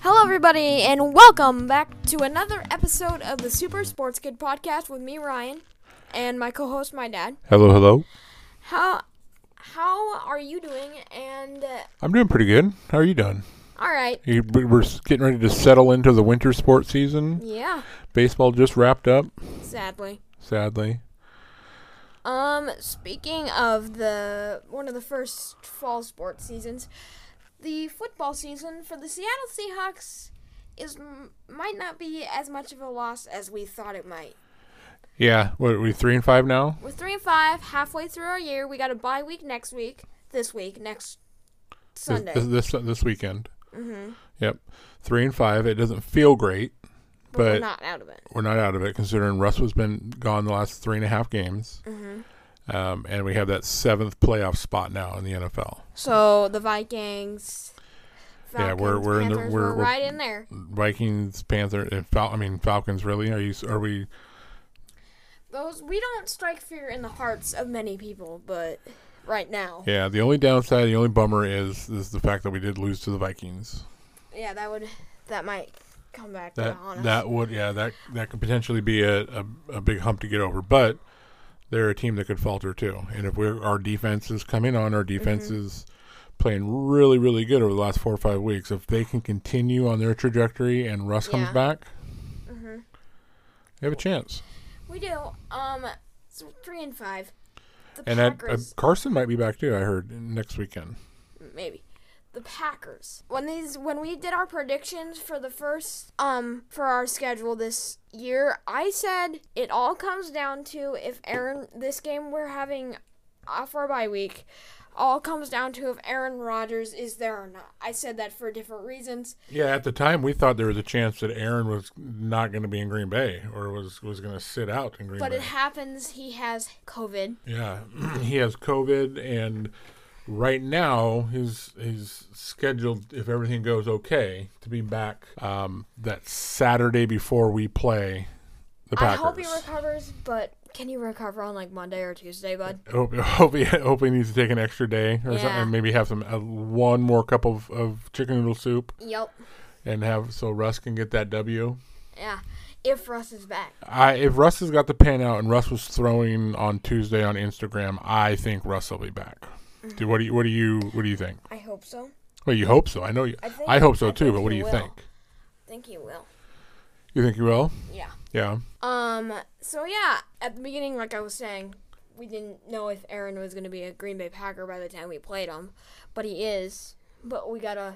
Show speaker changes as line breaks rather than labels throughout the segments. Hello, everybody, and welcome back to another episode of the Super Sports Kid podcast with me, Ryan, and my co-host, my dad.
Hello, hello.
How how are you doing? And uh,
I'm doing pretty good. How are you doing?
all right,
You, we- we're s- getting ready to settle into the winter sports season.
yeah,
Baseball just wrapped up,
sadly.
sadly.
Um, speaking of the one of the first fall sports seasons, the football season for the Seattle Seahawks is m- might not be as much of a loss as we thought it might.
Yeah, what are we three and five now?
We're three and five, halfway through our year. We got a bye week next week. This week, next
This-
Sunday.
This, this this weekend.
mm-hmm.
Yep, three and five. It doesn't feel great.
But, we're
but-
not out of it.
We're not out of it considering Russ has been gone the last three and a half games,
Mm-hmm.
um, and we have that seventh playoff spot now in the NFL.
So the Vikings.
Yeah, we're-
Falcons,
we're in the-
Panthers,
we're-
we're
we're-
right in there.
Vikings, Panthers, and Fal- I mean Falcons. Really? Are you? s- Are we?
Those we don't strike fear in the hearts of many people, but right now,
Yeah. The only downside, the only bummer is is the fact that we did lose to the Vikings.
yeah, that would that might come back
That
on us.
that would yeah that that could potentially be a, a, a big hump to get over, but they're a team that could falter too. And if we're our defense is coming on, our defense is playing really really good over the last four or five weeks. If they can continue on their trajectory and Russ comes
Yeah.
back,
Mhm.
they have a chance.
we do. Um, so three and five. The
And that, uh,
Packers.
Carson might be back too. I heard next weekend.
maybe the Packers. When these when we did our predictions for the first um for our schedule this year, I said it all comes down to if Aaron this game we're having off our bye week all comes down to if Aaron Rodgers is there or not. I said that for different reasons.
Yeah, at the time we thought there was a chance that Aaron was not going to be in Green Bay or was was going to sit out in Green
But
Bay.
it happens he has COVID.
Yeah, he has COVID, and right now he's he's scheduled, if everything goes okay, to be back um, that Saturday before we play the
I
Packers.
hope he recovers, but can you recover on like Monday or Tuesday, bud?
hope, hope he hope he needs to take an extra day or something,
Yeah.
and maybe have some uh, one more cup of, of chicken noodle soup,
Yep.
and have so Russ can get that W.
Yeah. If Russ is back.
I if Russ has got the pen out and Russ was throwing on Tuesday on Instagram, I think Russ will be back. Dude, what do you what do you what do you think?
I hope so.
Well, you hope so. I know you.
I think-
I hope so
I
too.
think
But what do
he
you
will.
think?
Think he will.
You think you will?
Yeah.
Yeah.
Um. So yeah, at the beginning, like I was saying, we didn't know if Aaron was gonna be a Green Bay Packer by the time we played him, but he is. But we got a,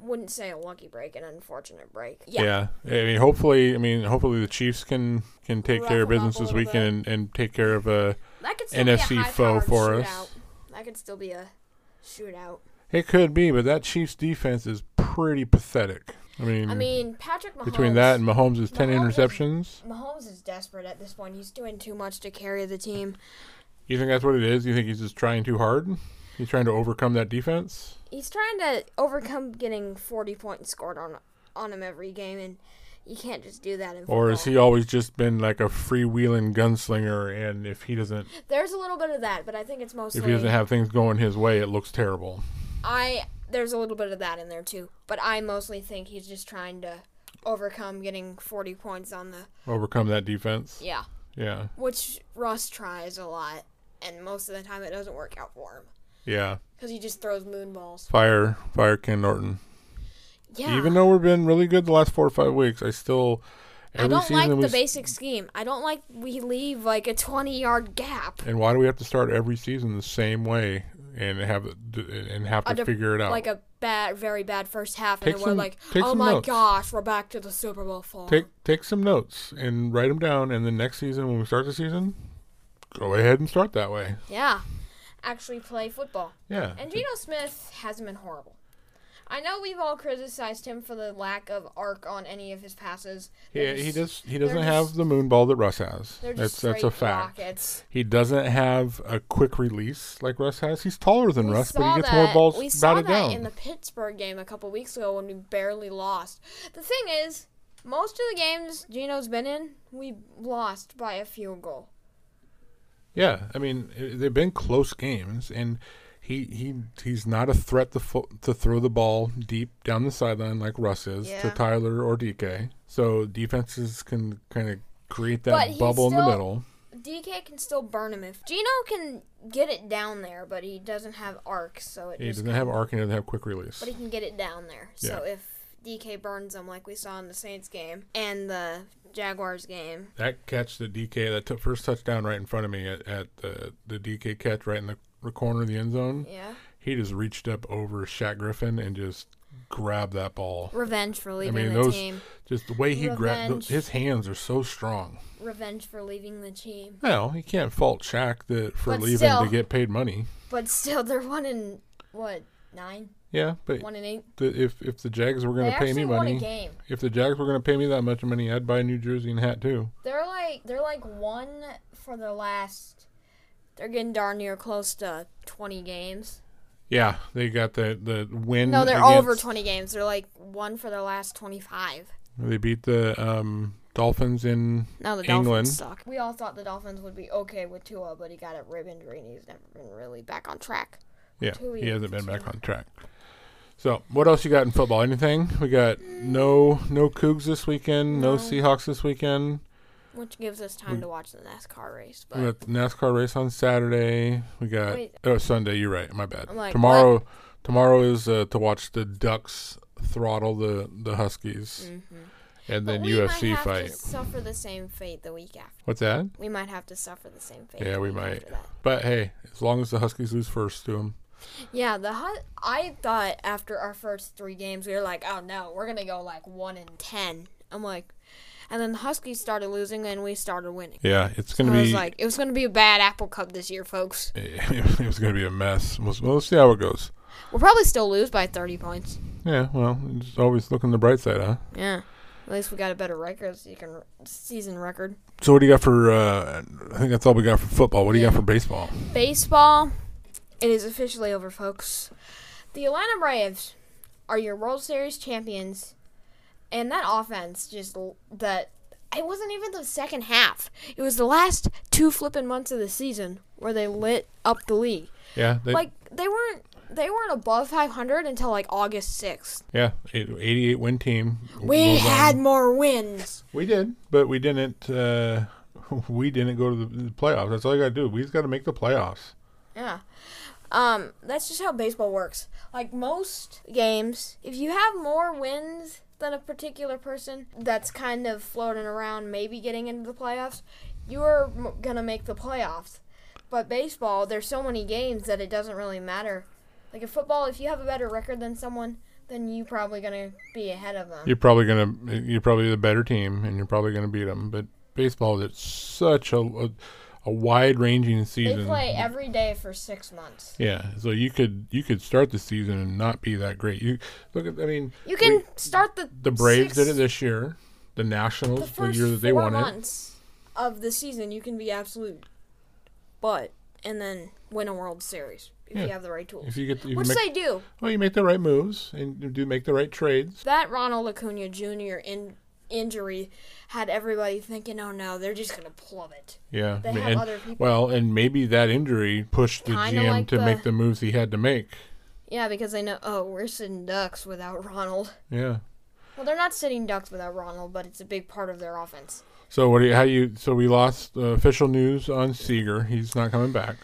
wouldn't say a lucky break, an unfortunate break. Yeah.
I mean, hopefully, I mean, hopefully the Chiefs can can take care of
Ruffle up
business
a
this
little
weekend and, and take care of a.
That could still be
NFC
a
foe
high-powered
for us.
shootout. That could still be a shootout.
It could be, but that Chiefs defense is pretty pathetic. I mean,
I mean, Patrick Mahomes.
Mm. between that and Mahomes' ten
Mahomes is-
interceptions,
Mahomes is desperate at this point. He's doing too much to carry the team.
you think that's what it is? You think he's just trying too hard? He's trying to overcome that defense.
He's trying to overcome getting 40 points scored on on him every game, and you can't just do that. In
Or
football.
has he always just been like a freewheeling gunslinger? And if he doesn't,
There's a little bit of that, but I think it's mostly
if he doesn't have things going his way, it looks terrible.
I there's a little bit of that in there too, but I mostly think he's just trying to overcome getting 40 points on the
Overcome that defense.
yeah,
Yeah.
which Russ tries a lot and most of the time it doesn't work out for him
Yeah.
cuz he just throws moonballs.
Fire, fire Ken Norton.
Yeah.
Even though we've been really good the last four or five weeks, I still every
I don't
season
like
we
the
s-
basic scheme. I don't like we leave like a 20-yard gap.
and why do we have to start every season the same way and have it- d- and have to
Under-
figure it out?
Like a bad very bad first half and
Take
then we're
some-
like,
take
"Oh
some
my
notes.
gosh, we're back to the Super Bowl form."
take take some notes and write them down, and then next season when we start the season, go ahead and start that way.
yeah. Actually play football.
Yeah.
And Geno Smith hasn't been horrible. I know we've all criticized him for the lack of arc on any of his passes.
Yeah,
They're
he
just-
just he doesn't
they're
have
just-
the moon ball that Russ has.
They're
That's
just
that's a
straight
fact.
rockets.
He doesn't have a quick release like Russ has. He's taller than
We
Russ, but
saw
he gets
that.
more balls
We saw
batted
that
down.
in the Pittsburgh game a couple weeks ago when we barely lost. The thing is, most of the games Geno's been in, we lost by a field goal.
Yeah, I mean, i- they've been close games, and He he he's not a threat to fo- to throw the ball deep down the sideline like Russ is to
Yeah.
Tyler or DK. So defenses can kind of create
But
that
he's
bubble in the
still-
middle.
DK can still burn him if Gino can get it down there, but he doesn't have arc, so it
He
just
doesn't have arc and he doesn't have quick release.
but he can get it down there. So if DK burns him like we saw in the Saints game and the Jaguars game,
that catch the DK that took first touchdown right in front of me at, at the the DK catch right in the, the corner of the end zone.
yeah,
He just reached up over Shaq Griffin and just grabbed that ball.
revenge for leaving
mean,
the
those-
team,
Just the way he grabbed
Revenge.
his hands are so strong.
revenge for leaving the team.
Well, he can't fault Shaq that for
But
leaving
still.
to get paid money.
But still, they're one in what nine,
Yeah, but
one in eight.
the, if if the Jags were
They
going to pay
actually
me
won a
money,
game.
if the Jags were going to pay me that much money, I'd buy a new jersey and hat too.
They're like they're like one for their last. They're getting darn near close to twenty games.
Yeah, they got the the win.
No, they're
Mm, against-
over 20 games. They're like one for their last 25.
They beat the um, Dolphins in
Now the
England.
Dolphins suck. We all thought the Dolphins would be okay with Tua, but he got a rib injury and he's never been really back on track.
Yeah,
Two
he hasn't been
years.
back on track. So, what else you got in football? Anything? We got no no Cougs this weekend, no,
No.
Seahawks this weekend.
Which gives us
Mm.
time to watch the NASCAR race. But
We got the NASCAR race on Saturday. We got
Wait.
oh Sunday. You're right. My bad.
I'm like,
tomorrow, tomorrow is uh, to watch the Ducks throttle the the Huskies,
mm-hmm.
and then
Mm. But we might
UFC
have
fight.
To suffer the same fate the week after.
What's that?
We might have to suffer the same fate.
Yeah,
the
we
week
might.
after that.
But hey, as long as the Huskies lose first to them,
Yeah, the Hus- I thought after our first three games we were like, oh no, we're gonna go like one in ten. I'm like, and then the Huskies started losing and we started winning.
yeah, it's gonna
I
be
was like, it was gonna be a bad apple cup this year, folks.
it, was gonna be a mess. We'll, we'll see how it goes.
We'll probably still lose by 30 points.
Yeah, well, just always looking the bright side, huh?
Yeah. At least we got a better record, so you can season record.
So what do you got for? Uh, I think that's all we got for football. What do you got for baseball?
Baseball, it is officially over, folks. The Atlanta Braves are your World Series champions, and that offense just l- that it wasn't even the second half. It was the last two flipping months of the season where they lit up the league.
Yeah, they,
Like they weren't they weren't above 500 until like August 6th.
yeah, eight- 88 win team.
We
Goes on.
had more wins.
we did, but we didn't. Uh, we didn't go to the, the playoffs. That's all you got to do. We just got to make the playoffs.
Yeah. Um, that's just how baseball works. Like most games, if you have more wins than a particular person that's kind of floating around, maybe getting into the playoffs, you're m- gonna make the playoffs. But baseball, there's so many games that it doesn't really matter. Like in football, if you have a better record than someone, then you probably gonna be ahead of them.
You're probably gonna. You're probably the better team, and you're probably gonna beat them. But baseball, it's such a a, a wide ranging
They
season.
play every day for six months.
yeah, so you could you could start the season and not be that great. You look at. I mean,
You can start the
the Braves
six-
did it this year. The Nationals, the,
the first
year that they
four
won it.
months of the season, you can be absolute, but and then win a World Series if
Yeah.
you have the right tools,
If you get, the, you
which
make,
they do.
well, you make the right moves and you do make the right trades.
That Ronald Acuna Jr. In, injury had everybody thinking, "Oh no, they're just gonna plummet."
Yeah,
They
I mean,
have
and-
other people.
well, and maybe that injury pushed the
Kinda
GM
like
to
the-
make the moves he had to make.
Yeah, because they know, oh, we're sitting ducks without Ronald.
Yeah.
Well, they're not sitting ducks without Ronald, but it's a big part of their offense.
So what? Do you, how you? So we lost uh, official news on Seager. He's not coming back.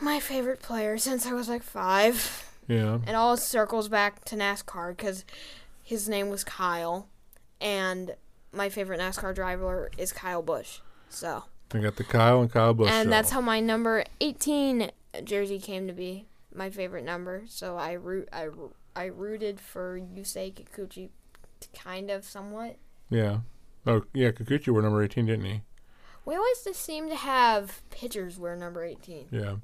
My favorite player since I was like five.
Yeah.
It all circles back to NASCAR because his name was Kyle, and my favorite NASCAR driver is Kyle Busch. So,
We got the Kyle and Kyle Busch.
and
show.
that's how my number 18 jersey came to be my favorite number. So I root I, ro- I rooted for Yusei Kikuchi, kind of somewhat.
yeah. Oh yeah, Kikuchi were number eighteen, didn't he?
We always just seem to have pitchers wear number 18.
Yeah.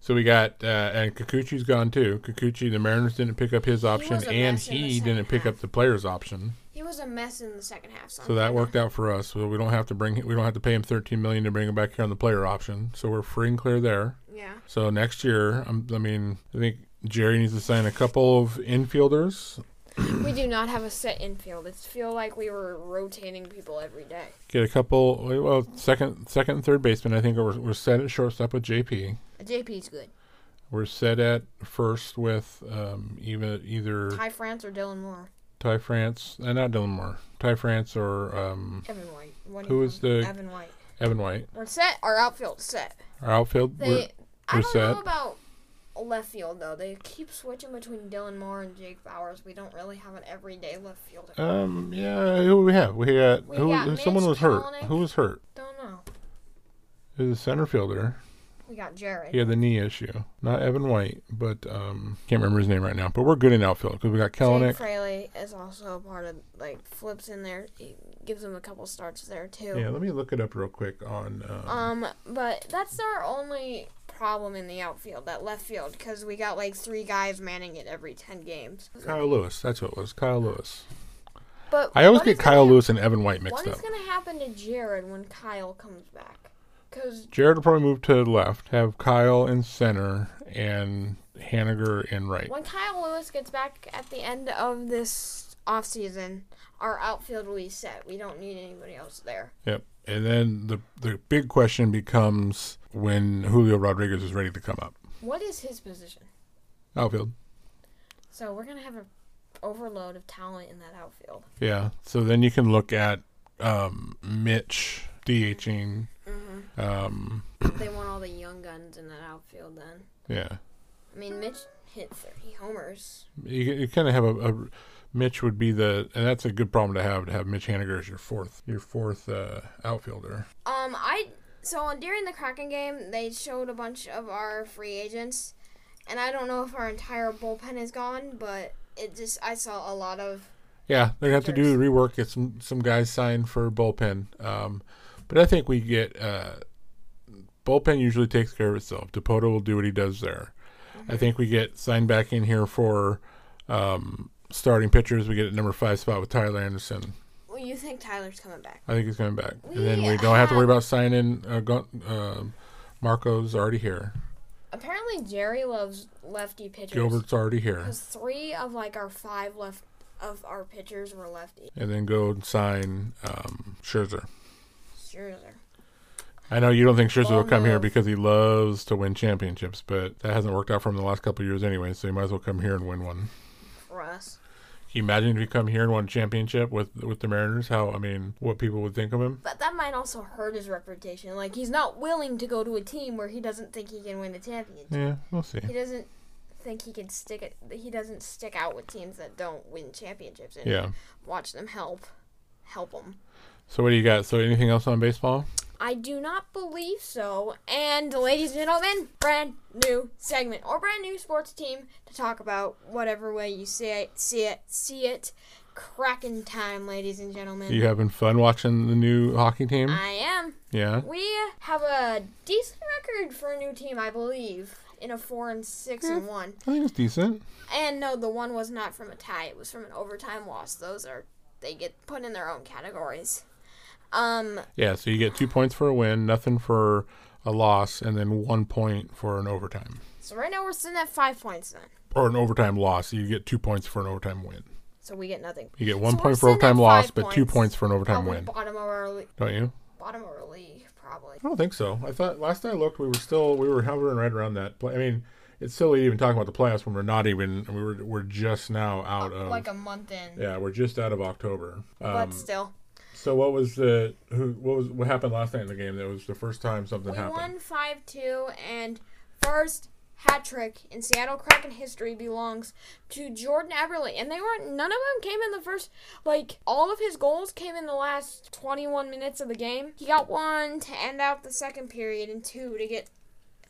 So we got uh, and Kikuchi's gone too. Kikuchi, the Mariners didn't pick up his option,
was a
and
mess in the
he
second
didn't pick
half.
up the player's option.
He was a mess in the second half.
So that worked out for us. So we don't have to bring we don't have to pay him thirteen million to bring him back here on the player option. So we're free and clear there.
Yeah.
So next year, um, I mean, I think Jerry needs to sign a couple of infielders.
we do not have a set infield. It's feel like we were rotating people every day.
Get a couple. Well, second, second, and third baseman. I think we're, we're set at shortstop with JP.
JP's good.
We're set at first with um, even either
Ty France or Dylan Moore.
Ty France, uh, not Dylan Moore, Ty France or um,
Evan White. What do
Who
you
is
call him?
the-
Evan White?
Evan White.
We're set. Our outfield set.
Our outfield,
They.
we're,
I
we're
don't
set.
know about left field though. They keep switching between Dylan Moore and Jake Bowers. We don't really have an everyday left fielder.
um, yeah, who we have? We got,
We
who,
got
who-
Mitch
someone was hurt.
Kalanick.
Who was hurt?
don't know.
It was a center fielder.
We got Jared.
He had the knee issue. Not Evan White, but um, can't remember his name right now. But we're good in outfield because we got
Jake
Kellenick.
Fraley is also a part of like flips in there. He gives him a couple starts there too.
Yeah, let me look it up real quick on. Um,
Um, but that's our only problem in the outfield, that left field, because we got like three guys manning it every ten games.
Kyle Lewis. That's what it was. Kyle Lewis.
But
I always
what
get
is
Kyle
gonna-
Lewis and Evan White
What
mixed
is
up.
gonna happen to Jared when Kyle comes back? Because
Jared will probably move to the left, have Kyle in center, and Haniger in right.
when Kyle Lewis gets back at the end of this offseason, our outfield will be set. We don't need anybody else there.
Yep. And then the the big question becomes when Julio Rodriguez is ready to come up.
What is his position?
Outfield.
So we're gonna have an overload of talent in that outfield.
Yeah. So then you can look at um, Mitch DHing. Um,
they want all the young guns in that outfield then.
yeah.
I mean, Mitch hit 30 homers.
You, you kind of have a, a Mitch would be the and that's a good problem to have to have Mitch Haniger as your fourth your fourth uh, outfielder.
Um, I so on- during the Kraken game, they showed a bunch of our free agents, and I don't know if our entire bullpen is gone, but it just I saw a lot of
Yeah, they're gonna have to do the rework. Get some some guys signed for bullpen. Um, but I think we get uh, bullpen usually takes care of itself. Depoto will do what he does there. I think we get signed back in here for um, starting pitchers. We get a number five spot with Tyler Anderson.
well, you think Tyler's coming back.
I think he's coming back, and then we
We
don't have to worry
have-
about signing. Uh, Gon- um Marco's already here.
Apparently, Jerry loves lefty pitchers.
Gilbert's already here,
'Cause three of like our five left of our pitchers were lefty.
and then go and sign um, Scherzer.
Scherzer.
I know you don't think Scherzer will
Ball
come here
move.
because he loves to win championships, but that hasn't worked out for him the last couple of years anyway, so he might as well come here and win one.
For us,
Can you imagine if he come here and won a championship with with the Mariners? How I mean, what people would think of him?
but that might also hurt his reputation. Like he's not willing to go to a team where he doesn't think he can win a championship.
Yeah, we'll see.
he doesn't think he can stick it. He doesn't stick out with teams that don't win championships and
Yeah.
watch them help, help them.
So what do you got? So anything else on baseball?
I do not believe so. And ladies and gentlemen, brand new segment or brand new sports team to talk about whatever way you see it, see it, see it. Cracking time, ladies and gentlemen.
You having fun watching the new hockey team?
I am.
Yeah.
We have a decent record for a new team, I believe, in a four and six and one.
I think it's decent.
And no, the one was not from a tie. It was from an overtime loss. Those are they get put in their own categories. Um,
Yeah, so you get two points for a win, nothing for a loss, and then one point for an overtime.
so right now we're sitting at five points then.
Or an overtime loss. You get two points for an overtime win.
So we get nothing.
You get one
So we're
point for
sitting at
overtime loss,
five
but two
points. Oh
points for an overtime
Probably
win.
bottom of our le-
Don't you?
bottom of our league, probably.
I don't think so. I thought last I looked, we were still we were hovering right around that. Play. I mean, it's silly even talking about the playoffs when we're not even. We were we're just now out of.
Like a month in,
yeah, we're just out of October. Um,
but still,
so what was the who? What was what happened last night in the game? That was the first time something
we
happened.
won five two, and first hat trick in Seattle Kraken history belongs to Jordan Everly, and they weren't. None of them came in the first. Like all of his goals came in the last twenty one minutes of the game. He got one to end out the second period, and two to get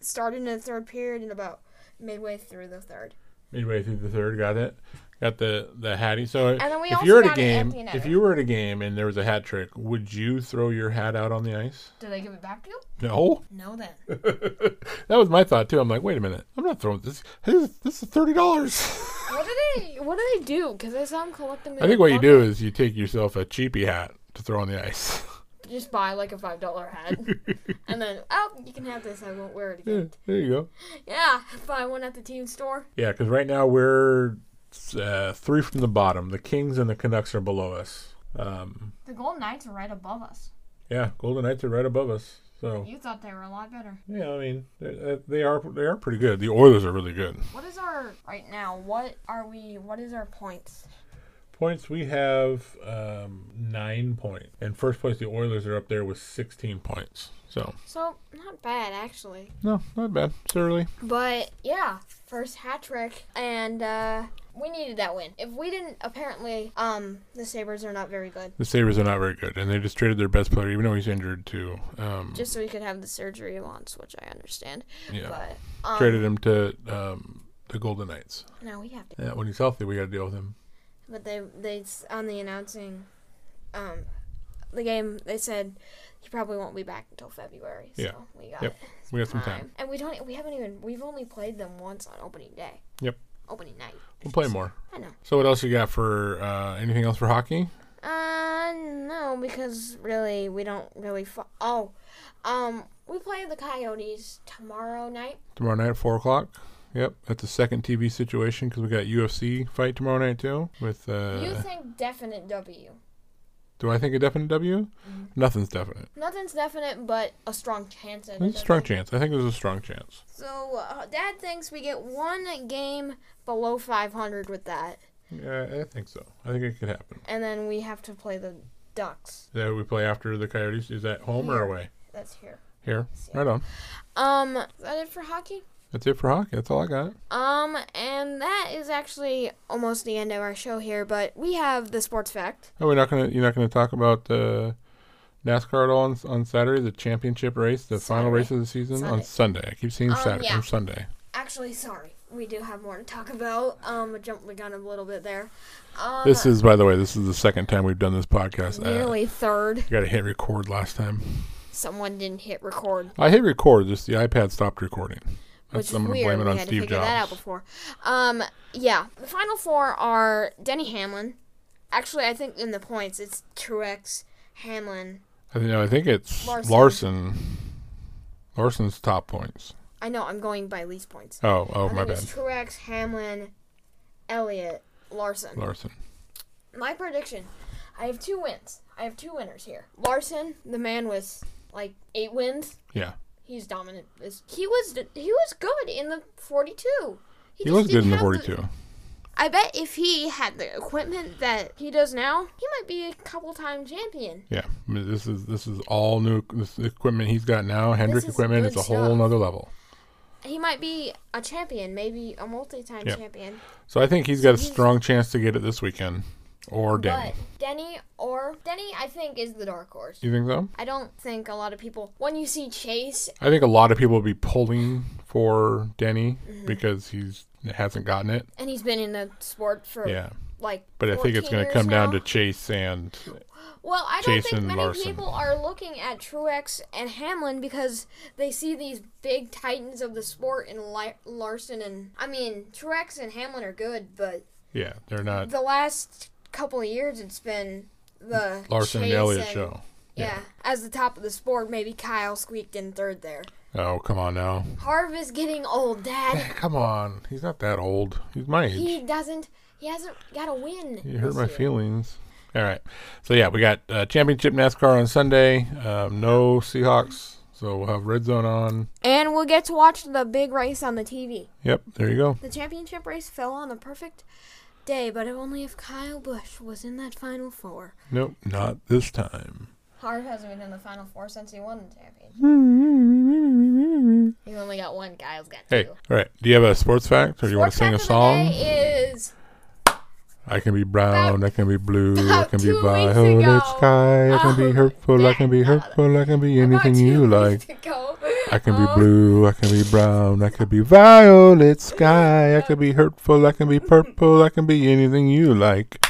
started in the third period, and about midway through the third.
Midway through the third, got it. Got the the hattie. So
then we
if
also
you're at a
got an
game,
empty netter.
if you were at a game and there was a hat trick, would you throw your hat out on the ice?
Do they give it back to you?
No.
No, then.
That was my thought too. I'm like, wait a minute, I'm not throwing this. This, this is thirty dollars.
what do they? What do they do? Because I saw him collect them. in
I think
the
what you
bucket.
do is you take yourself a cheapy hat to throw on the ice.
Just buy like a five dollar hat, and then oh, you can have this. I won't wear it
Yeah,
again.
there you go.
Yeah, buy one at the team store.
Yeah, because right now we're uh, three from the bottom. The Kings and the Canucks are below us. Um,
The Golden Knights are right above us.
yeah, Golden Knights are right above us. So
You thought they were a lot better.
yeah, I mean they, they are they are pretty good. The Oilers are really good.
What is our right now? What are we? What is our points?
Points we have um, nine points, and first place the Oilers are up there with sixteen points. So
So not bad actually.
no, not bad. It's early.
But yeah, first hat trick, and uh, we needed that win. If we didn't, apparently, um, the Sabers are not very good.
The Sabres are not very good, and they just traded their best player, even though he's injured, to um,
Just so we could have the surgery once, which I understand.
yeah,
But um,
traded him to um, the Golden Knights.
now we have to.
Yeah, when he's healthy, we got to deal with him.
But they they s- on the announcing, um, the game they said he probably won't be back until February. So
Yeah.
we got
Yep. We got some time.
time. And we don't. We haven't even. We've only played them once on opening day.
Yep.
Opening night.
We'll play more.
I know.
So what else you got for uh, anything else for hockey?
Uh, no, because really we don't really. Fo- oh, um, we play the Coyotes tomorrow night.
Tomorrow night at four o'clock. Yep, that's a second TV situation because we got UFC fight tomorrow night too. With
you
uh,
think definite W?
do I think a definite W? Nothing's definite.
Nothing's definite, but a strong chance at
It's a
it.
strong chance. I think there's a strong chance.
So uh, Dad thinks we get one game below 500 with that,
Yeah, I think so. I think it could happen.
and then we have to play the Ducks.
That we play after the Coyotes. Is that home or
Here.
away?
That's here.
Here. Right on.
Um, is that it for hockey?
That's it for hockey. That's all I got.
Um, and that is actually almost the end of our show here, but we have the sports fact.
Oh, we're not gonna. You're not gonna talk about uh, NASCAR at all on, on Saturday. The championship race, the final
Saturday.
race of the season on
Sunday.
Sunday. I keep seeing
Um,
Saturday.
yeah.
on Sunday.
Actually, sorry, we do have more to talk about. Um, I jumped the gun a little bit there. Um,
This is, by the way, this is the second time we've done this podcast. Uh,
nearly third.
got to hit record last time.
Someone didn't hit record,
I hit record. Just the iPad stopped recording.
which
That's,
is
I'm gonna
weird.
blame it
we
on
had
Steve
to figure that out
Jobs.
before. Um, yeah, the final four are Denny Hamlin. Actually, I think in the points it's Truex, Hamlin.
I think, no, I think it's
Larson.
Larson. Larson. Larson's top points.
I know I'm going by least points.
Oh, oh,
I
my
think
bad.
it's Truex, Hamlin, Elliott, Larson.
Larson.
My prediction. I have two wins. I have two winners here. Larson, the man with like eight wins.
Yeah,
He's dominant. This- He was he was good in the 42.
he
just
was good
didn't
in the
have
42.
I bet if he had the equipment that he does now, he might be a couple time champion.
Yeah, I mean, this is this is all new this equipment he's got now. Hendrick
is
equipment.
good
It's a whole
stuff.
nother level.
He might be a champion, maybe a multi time
Yeah.
champion.
So I think he's got a
he's-
strong chance to get it this weekend, or Denny.
But Denny or Denny, I think, is the dark horse.
You think so?
I don't think a lot of people when you see Chase
I think a lot of people will be pulling for Denny
Mm-hmm.
because he's hasn't gotten it.
and he's been in the sport for
Yeah,
like
but I think it's
14
going to
years
come down
now.
to Chase and
Well, I don't think
Jason
many
Larson.
people are looking at Truex and Hamlin because they see these big titans of the sport in Li- Larson and I mean Truex and Hamlin are good, but
yeah, they're not
the last couple of years it's been the
Larson and
Chase
Elliott
and-
show.
Yeah.
yeah.
as the top of the sport, maybe Kyle squeaked in third there.
Oh come on now,
Harv is getting old, Dad.
come on. He's not that old. He's my age.
he doesn't. He hasn't got a win.
You hurt
this
my
year.
feelings. All right. So yeah, we got uh, championship NASCAR on Sunday. Um, no Seahawks, so we'll have red zone on.
And we'll get to watch the big race on the TV.
Yep, there you go.
The championship race fell on the perfect day, but only if Kyle Busch was in that final four.
Nope, not this time.
Harv hasn't been in the final four since he won the championship. He's only got one. Kyle's got
Hey,
two.
all right. Do you have a sports fact, or do you want to
Sports
sing a
fact of the
song?
day is
I can be brown, I can be blue, I
about
can be
two weeks
violet
ago.
sky, I can
Oh,
be hurtful, I can be
that-
hurtful, I can be
about
anything
two
you
weeks
like.
ago.
I can be
Oh,
blue, I can be brown, I can be violet sky, I can be hurtful, I can be purple, I can be anything you like.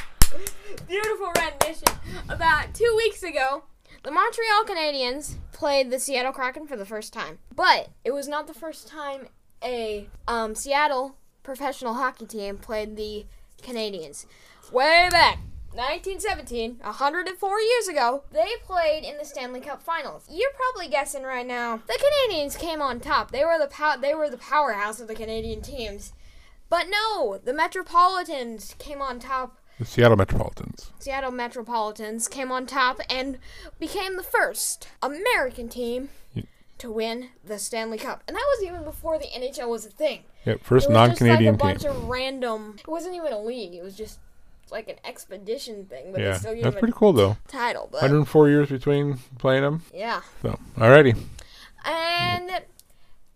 Beautiful rendition. About two weeks ago, the Montreal Canadiens played the Seattle Kraken for the first time, but it was not the first time a um, Seattle professional hockey team played the Canadiens. Way back. 1917, 104 years ago, they played in the Stanley Cup Finals. You're probably guessing right now. The Canadians came on top. They were the pow- they were the powerhouse of the Canadian teams. But no, the Metropolitans came on top
The Seattle Metropolitans.
Seattle Metropolitans came on top and became the first American team
Ye-
to win the Stanley Cup. And that was even before the NHL was a thing.
Yep, first
It was just
non-Canadian
like a bunch
team.
of random. It wasn't even a league. It was just like an expedition thing, but
yeah,
they still gave
that's
him
pretty cool though.
a title. But
104 years between playing them.
yeah,
So, alrighty.
and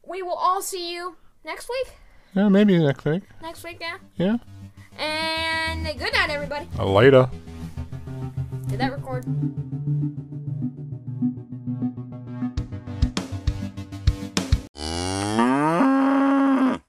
we will all see you next week.
Yeah, maybe next week.
Next week, yeah.
Yeah,
And good night, everybody.
later.
Did that record?